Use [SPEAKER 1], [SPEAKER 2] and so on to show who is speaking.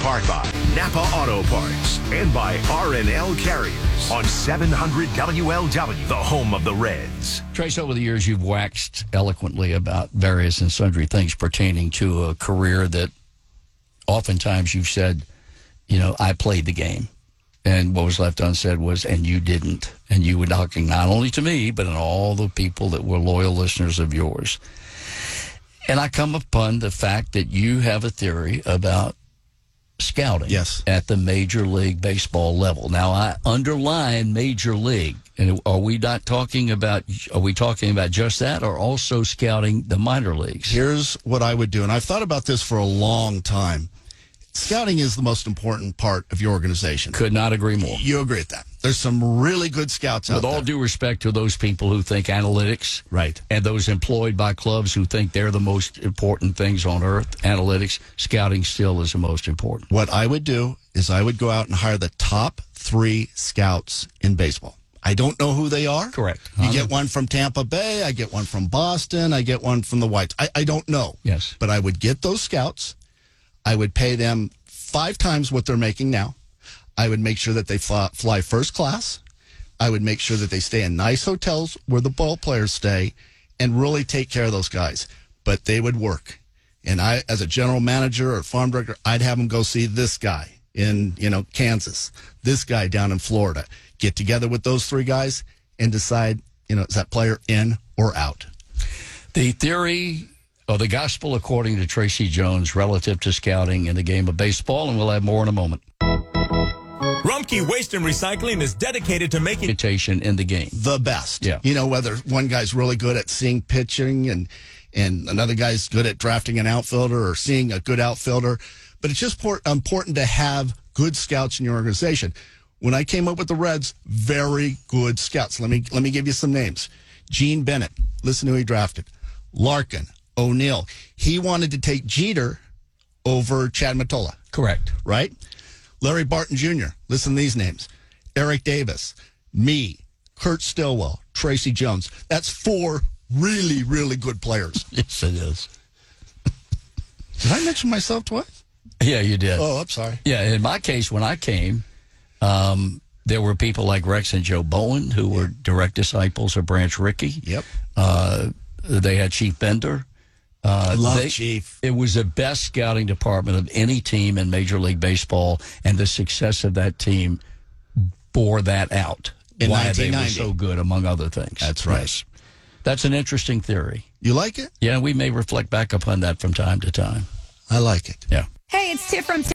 [SPEAKER 1] powered by Napa Auto Parts and by R&L Carriers on 700 WLW, the home of the Reds.
[SPEAKER 2] Trace, over the years, you've waxed eloquently about various and sundry things pertaining to a career that oftentimes you've said, you know, I played the game. And what was left unsaid was, and you didn't. And you were talking not only to me, but in all the people that were loyal listeners of yours. And I come upon the fact that you have a theory about scouting
[SPEAKER 3] Yes.
[SPEAKER 2] at the Major League Baseball level. Now, I underline Major League. And are we not talking about, are we talking about just that or also scouting the minor leagues?
[SPEAKER 3] Here's what I would do, and I've thought about this for a long time. Scouting is the most important part of your organization.
[SPEAKER 2] Could not agree more.
[SPEAKER 3] You agree with that? There's some really good scouts out
[SPEAKER 2] With all
[SPEAKER 3] there.
[SPEAKER 2] due respect to those people who think analytics,
[SPEAKER 3] Right.
[SPEAKER 2] and those employed by clubs who think they're the most important things on earth, analytics, scouting still is the most important.
[SPEAKER 3] What I would do is I would go out and hire the top three scouts in baseball. I don't know who they are.
[SPEAKER 2] Correct. Uh-huh.
[SPEAKER 3] You get one from Tampa Bay. I get one from Boston. I get one from the Whites. I, I don't know.
[SPEAKER 2] Yes.
[SPEAKER 3] But I would get those scouts. I would pay them five times what they're making now. I would make sure that they fly, fly first class. I would make sure that they stay in nice hotels where the ball players stay and really take care of those guys. But they would work. And I, as a general manager or farm director, I'd have them go see this guy in, you know, Kansas, this guy down in Florida, get together with those three guys and decide, you know, is that player in or out?
[SPEAKER 2] The theory of the gospel according to Tracy Jones relative to scouting in the game of baseball, and we'll have more in a moment.
[SPEAKER 4] Rumpke Waste and Recycling is dedicated to making
[SPEAKER 2] Reputation in the game.
[SPEAKER 3] the best.
[SPEAKER 2] Yeah.
[SPEAKER 3] You know, whether one guy's really good at seeing pitching and and another guy's good at drafting an outfielder or seeing a good outfielder, but it's just por- important to have good scouts in your organization. When I came up with the Reds, very good scouts. Let me let me give you some names. Gene Bennett, listen to who he drafted. Larkin, O'Neill. He wanted to take Jeter over Chad Matola
[SPEAKER 2] Correct.
[SPEAKER 3] right? Larry Barton Jr., listen to these names Eric Davis, me, Kurt Stillwell, Tracy Jones. That's four really, really good players.
[SPEAKER 2] Yes, it is.
[SPEAKER 3] Did I mention myself twice?
[SPEAKER 2] Yeah, you did.
[SPEAKER 3] Oh, I'm sorry.
[SPEAKER 2] Yeah, in my case, when I came, um, there were people like Rex and Joe Bowen who were direct disciples of Branch Rickey.
[SPEAKER 3] Yep.
[SPEAKER 2] Uh, they had Chief Bender. Uh,
[SPEAKER 3] love
[SPEAKER 2] they-
[SPEAKER 3] Chief.
[SPEAKER 2] It was the best scouting department of any team in Major League Baseball, and the success of that team bore that out.
[SPEAKER 3] In
[SPEAKER 2] why they were
[SPEAKER 3] 1990.
[SPEAKER 2] so good, among other things.
[SPEAKER 3] That's right.
[SPEAKER 2] Yes. That's an interesting theory.
[SPEAKER 3] You like it?
[SPEAKER 2] Yeah, we may reflect back upon that from time to time.
[SPEAKER 3] I like it.
[SPEAKER 2] Yeah.
[SPEAKER 5] Hey, it's Tiff from